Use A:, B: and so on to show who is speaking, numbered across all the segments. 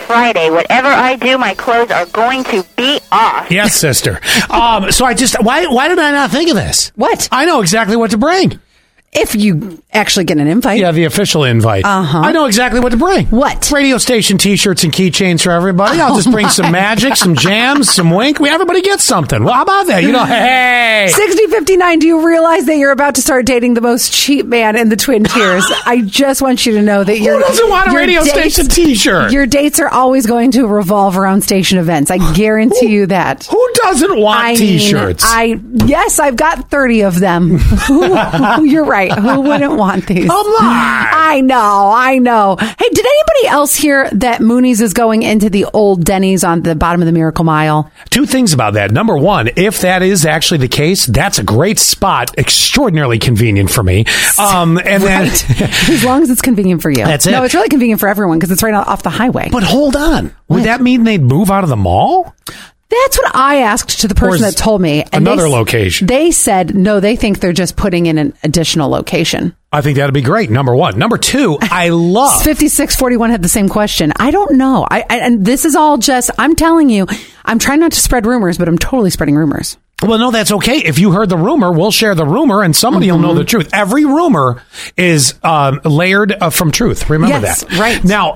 A: Friday. Whatever I do, my clothes are going to be off.
B: Yes, sister. um, so I just why why did I not think of this?
C: What?
B: I know exactly what to bring.
C: If you actually get an invite.
B: Yeah, the official invite.
C: Uh-huh.
B: I know exactly what to bring.
C: What? Oh,
B: Radio station T-shirts and keychains for everybody. I'll just bring some magic, some jams, some wink. We everybody gets something. Well, how about that? You know, hey.
C: 6059, do you realize that you're about to start dating the most cheap man in the Twin Tiers? I just want you to know that you're.
B: Who doesn't want a radio station T-shirt?
C: Your dates are always going to revolve around station events. I guarantee you that.
B: Who doesn't want
C: I mean,
B: T-shirts?
C: I yes, I've got thirty of them. Who- you're right. Who wouldn't want these?
B: Come on.
C: I know, I know. Hey, did anybody else hear that Mooney's is going into the old Denny's on the bottom of the Miracle Mile?
B: Two things about that. Number one, if that is actually the case, that's a great spot, extraordinarily convenient for me. Um, and
C: Right.
B: then,
C: as long as it's convenient for you.
B: That's
C: No,
B: it.
C: it's really convenient for everyone because it's right off the highway.
B: but hold on, would that mean they'd move out of the mall?
C: That's what I asked to the person
B: Or is
C: that told me.
B: another
C: s-
B: location.
C: They said, no, they think they're just putting in an additional location.
B: I think that'd be great. Number one. Number two, I love.
C: 5641 had the same question. I don't know. I, I And this is all just, I'm telling you, I'm trying not to spread rumors, but I'm totally spreading rumors.
B: Well, no, that's okay. If you heard the rumor, we'll share the rumor, and somebody will
C: Mm-hmm.
B: know the truth. Every rumor is um, layered uh, from truth. Remember
C: Yes,
B: that,
C: right.
B: Now,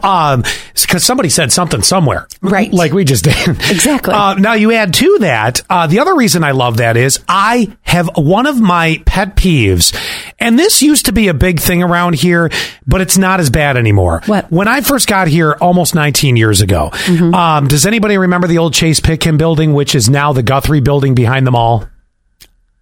B: because somebody said something somewhere,
C: Right.
B: Like we just did,
C: Exactly.
B: Uh, now, you add to that uh, the other reason I love that is I have one of my pet peeves, and this used to be a big thing around here, but it's not as bad anymore.
C: What? Mm-hmm.
B: When I first got here almost 19 years ago, um, does anybody remember the old Chase Pitkin building, which is now the Guthrie building behind the mall?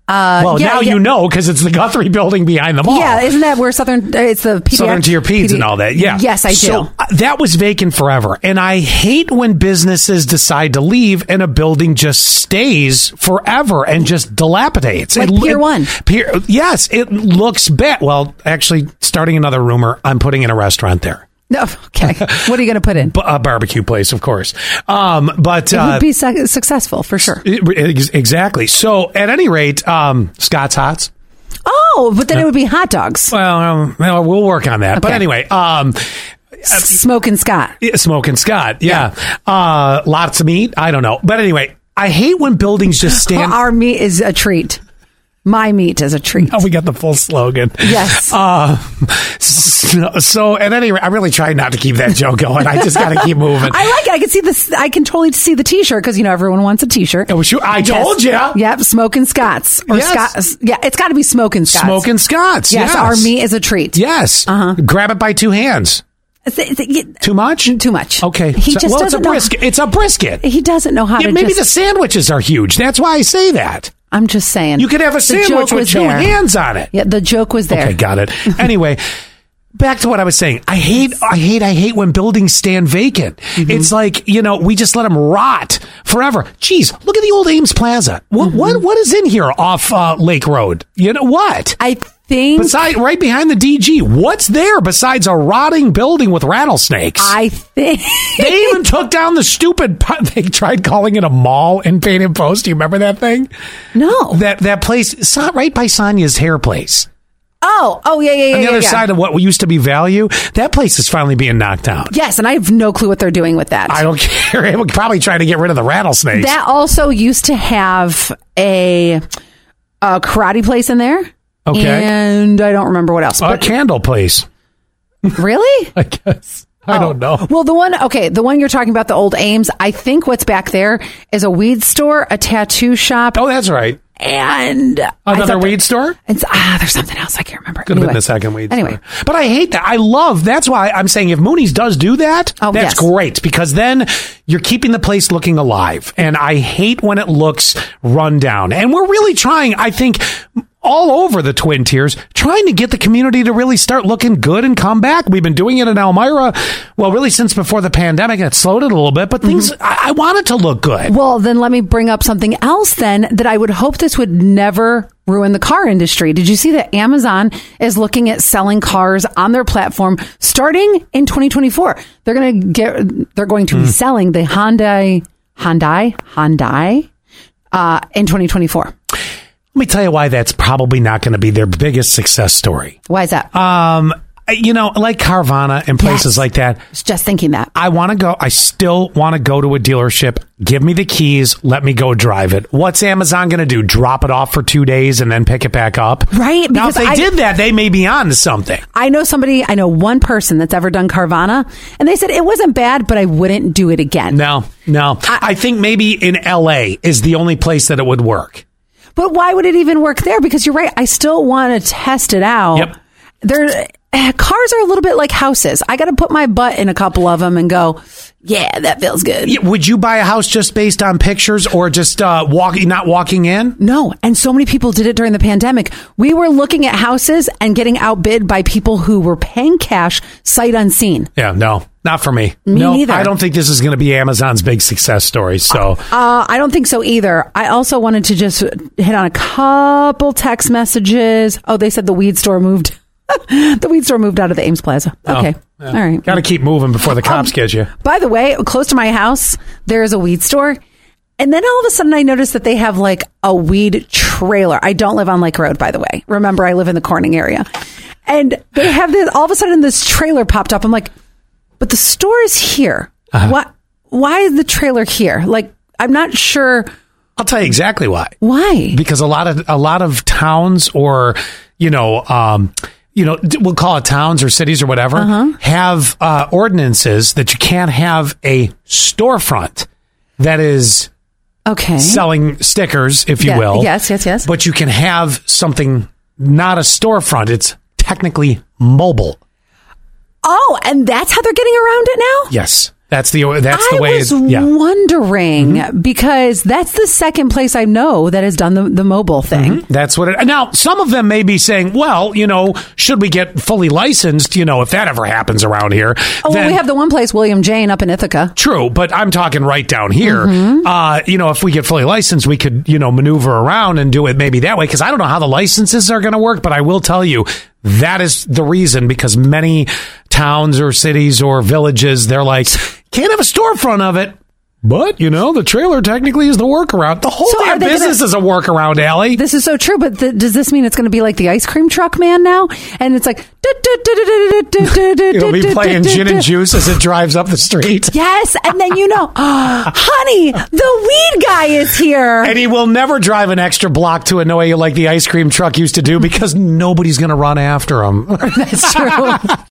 B: Uh, well,
C: yeah,
B: now
C: yeah.
B: you know because it's the Guthrie building behind the mall.
C: Yeah, isn't that where Southern, uh, it's the PDX,
B: Southern to your peds and all that. Yeah.
C: Yes, I do.
B: So, uh, that was vacant forever. And I hate when businesses decide to leave and a building just stays forever and just dilapidates.
C: Like
B: It-
C: Pier
B: it-
C: One.
B: Pier, yes, it looks bad. Well, actually, starting another rumor, I'm putting in a restaurant there.
C: No, okay. What are you going to put in?
B: B- a barbecue place, of course. Um, but
C: it
B: uh,
C: would be su- successful for sure.
B: it- ex- exactly. So, at any rate, um, Scott's Hots.
C: Oh, but then it would be hot dogs.
B: Well, um, well, we'll work on that. But
C: Okay.
B: anyway, um,
C: Smoke and Scott.
B: Yeah, Smoking Scott. Yeah. Uh, lots of meat. I don't know. But anyway, I hate when buildings just stand.
C: Our meat is a treat. My meat is a treat.
B: Oh, we got the full slogan.
C: Yes.
B: Uh, so, so, at any rate, I really try not to keep that joke going. I just got to keep moving.
C: I like it. I can see this. I can totally see the T-shirt because you know everyone wants a T-shirt.
B: Oh, shoot. I told ya.
C: Yep, smoking Scots or
B: Yes.
C: Scots. Yeah, it's got to be smoking Scots.
B: Smoking Scots.
C: Yes,
B: Yes.
C: our meat is a treat.
B: Yes.
C: Uh-huh.
B: Grab it by two hands.
C: Is it- is it- yeah.
B: Too much?
C: Mm, Too much.
B: Okay.
C: He
B: So-
C: just
B: well, it's a
C: doesn't know-
B: brisket. It's a brisket.
C: He doesn't know how
B: Yeah,
C: to.
B: maybe
C: just,
B: the sandwiches are huge. That's why I say that.
C: I'm just saying.
B: You could have a
C: The joke
B: sandwich with
C: was
B: two
C: there.
B: hands on it.
C: Yeah, the joke was there.
B: Okay, got it. Anyway, back to what I was saying. I hate, I hate, I hate when buildings stand vacant. It's like you know we just let them rot forever. Jeez, look at the old Ames Plaza. What what what is in here off uh, Lake Road? You know what?
C: I think.
B: Beside, right behind the DG, what's there besides a rotting building with rattlesnakes?
C: I think.
B: they even took down the stupid. pu- They tried calling it a mall in Paint and Post. Do you remember that thing?
C: no.
B: That that place, Sa- right by Sonia's hair place.
C: Oh. Oh. Yeah. Yeah. Yeah.
B: on the
C: yeah,
B: other
C: yeah.
B: side of what used to be value, that place is finally being knocked down.
C: Yes, and I have no clue what they're doing with that.
B: I don't care. They were probably trying to get rid of the rattlesnakes.
C: That also used to have a, a karate place in there.
B: Okay.
C: And I don't remember what else.
B: a
C: But
B: candle place,
C: really?
B: I guess.
C: Oh.
B: I don't know.
C: Well, the one, okay, the one you're talking about, the old Ames, I think what's back there is a weed store, a tattoo shop,
B: Oh, that's right.
C: and I
B: Another
C: thought that-
B: weed store?
C: it's, ah, there's something else I can't remember.
B: Could have
C: Anyway.
B: been the second weed
C: Anyway,
B: store. But I hate that. I love that's why I'm saying if Mooney's does do that,
C: Oh,
B: that's
C: yes.
B: great because then you're keeping the place looking alive. And I hate when it looks run down. And we're really trying, I think, all over the Twin Tiers, trying to get the community to really start looking good and come back. We've been doing it in Elmira, well, really since before the pandemic, and it slowed it a little bit, but things,
C: Mm-hmm.
B: I, I want it to look good.
C: well, then let me bring up something else then that I would hope this would never ruin the car industry. Did you see that Amazon is looking at selling cars on their platform starting in 2024? They're going to get, they're going to be selling the Hyundai, Hyundai, Hyundai, uh, in 2024.
B: Let me tell you why that's probably not going to be their biggest success story.
C: Why is that?
B: Um, you know, like Carvana and places
C: Yes.
B: like that.
C: I was just thinking that.
B: I want to go. I still want to go to a dealership. Give me the keys. Let me go drive it. What's Amazon going to do? Drop it off for two days and then pick it back up?
C: Right,
B: now, if
C: because
B: they
C: I-
B: did that, they may be on to something.
C: I know somebody, I know one person that's ever done Carvana, and they said it wasn't bad, but I wouldn't do it again.
B: No, no. I, think maybe in LA is the only place that it would work.
C: But why would it even work there? Because you're right. I still want to test it out.
B: Yep.
C: There, eh, cars are a little bit like houses. I got to put my butt in a couple of them and go, yeah, that feels good.
B: Yeah, Would you buy a house just based on pictures or just uh, walking, not walking in?
C: No. And so many people did it during the pandemic. We were looking at houses and getting outbid by people who were paying cash sight unseen.
B: Yeah, no, not for me. no,
C: neither.
B: I don't think this is going to be Amazon's big success story. So
C: Uh, I don't think so either. I also wanted to just hit on a couple text messages. Oh, they said the weed store moved. the weed store moved out of the Ames Plaza. Okay. All right.
B: got to keep moving before the cops get you.
C: By the way, close to my house, there is a weed store. And then all of a sudden, I noticed that they have like a weed trailer. I don't live on Lake Road, by the way. Remember, I live in the Corning area. And they have this, all of a sudden, this trailer popped up. I'm like, but the store is here. What? Why is the trailer here? Like, I'm not sure
B: I'll tell you exactly why.
C: why.
B: because a lot of a lot of towns or you know um you know d- we'll call it towns or cities or whatever
C: Uh-huh.
B: have uh, ordinances that you can't have a storefront that is
C: Okay.
B: selling stickers if you
C: Eh? Yeah.
B: will
C: Yes, yes, yes.
B: but you can have something not a storefront it's technically mobile
C: oh, and that's how they're getting around it now?
B: yes that's the that's the
C: I
B: way
C: was
B: it, yeah Mm-hmm.
C: wondering because that's the second place I know that has done the, the mobile
B: Mm-hmm.
C: thing.
B: That's what it. Now, some of them may be saying, "Well, you know, should we get fully licensed? You know, if that ever happens around here,
C: Oh, well,
B: then-
C: we have the one place, William Jane, up in Ithaca.
B: True, but I'm talking right down here.
C: Mm-hmm.
B: Uh, you know, if we get fully licensed, we could, you know, maneuver around and do it maybe that way. Cause I don't know how the licenses are going to work, but I will tell you that is the reason because many towns or cities or villages, they're like, can't have a storefront of it. But, you know, the trailer technically is the workaround. The whole
C: So are
B: damn
C: they gonna-
B: business is a workaround, Allie.
C: This is so true, but th- does this mean it's going to be like the ice cream truck man now? And it's like
B: It'll
C: it'll
B: be playing gin and juice as it drives up the street.
C: Yes, and then you know, honey, the weed guy is here.
B: And he will never drive an extra block to annoy you like the ice cream truck used to do because nobody's going to run after him.
C: That's true.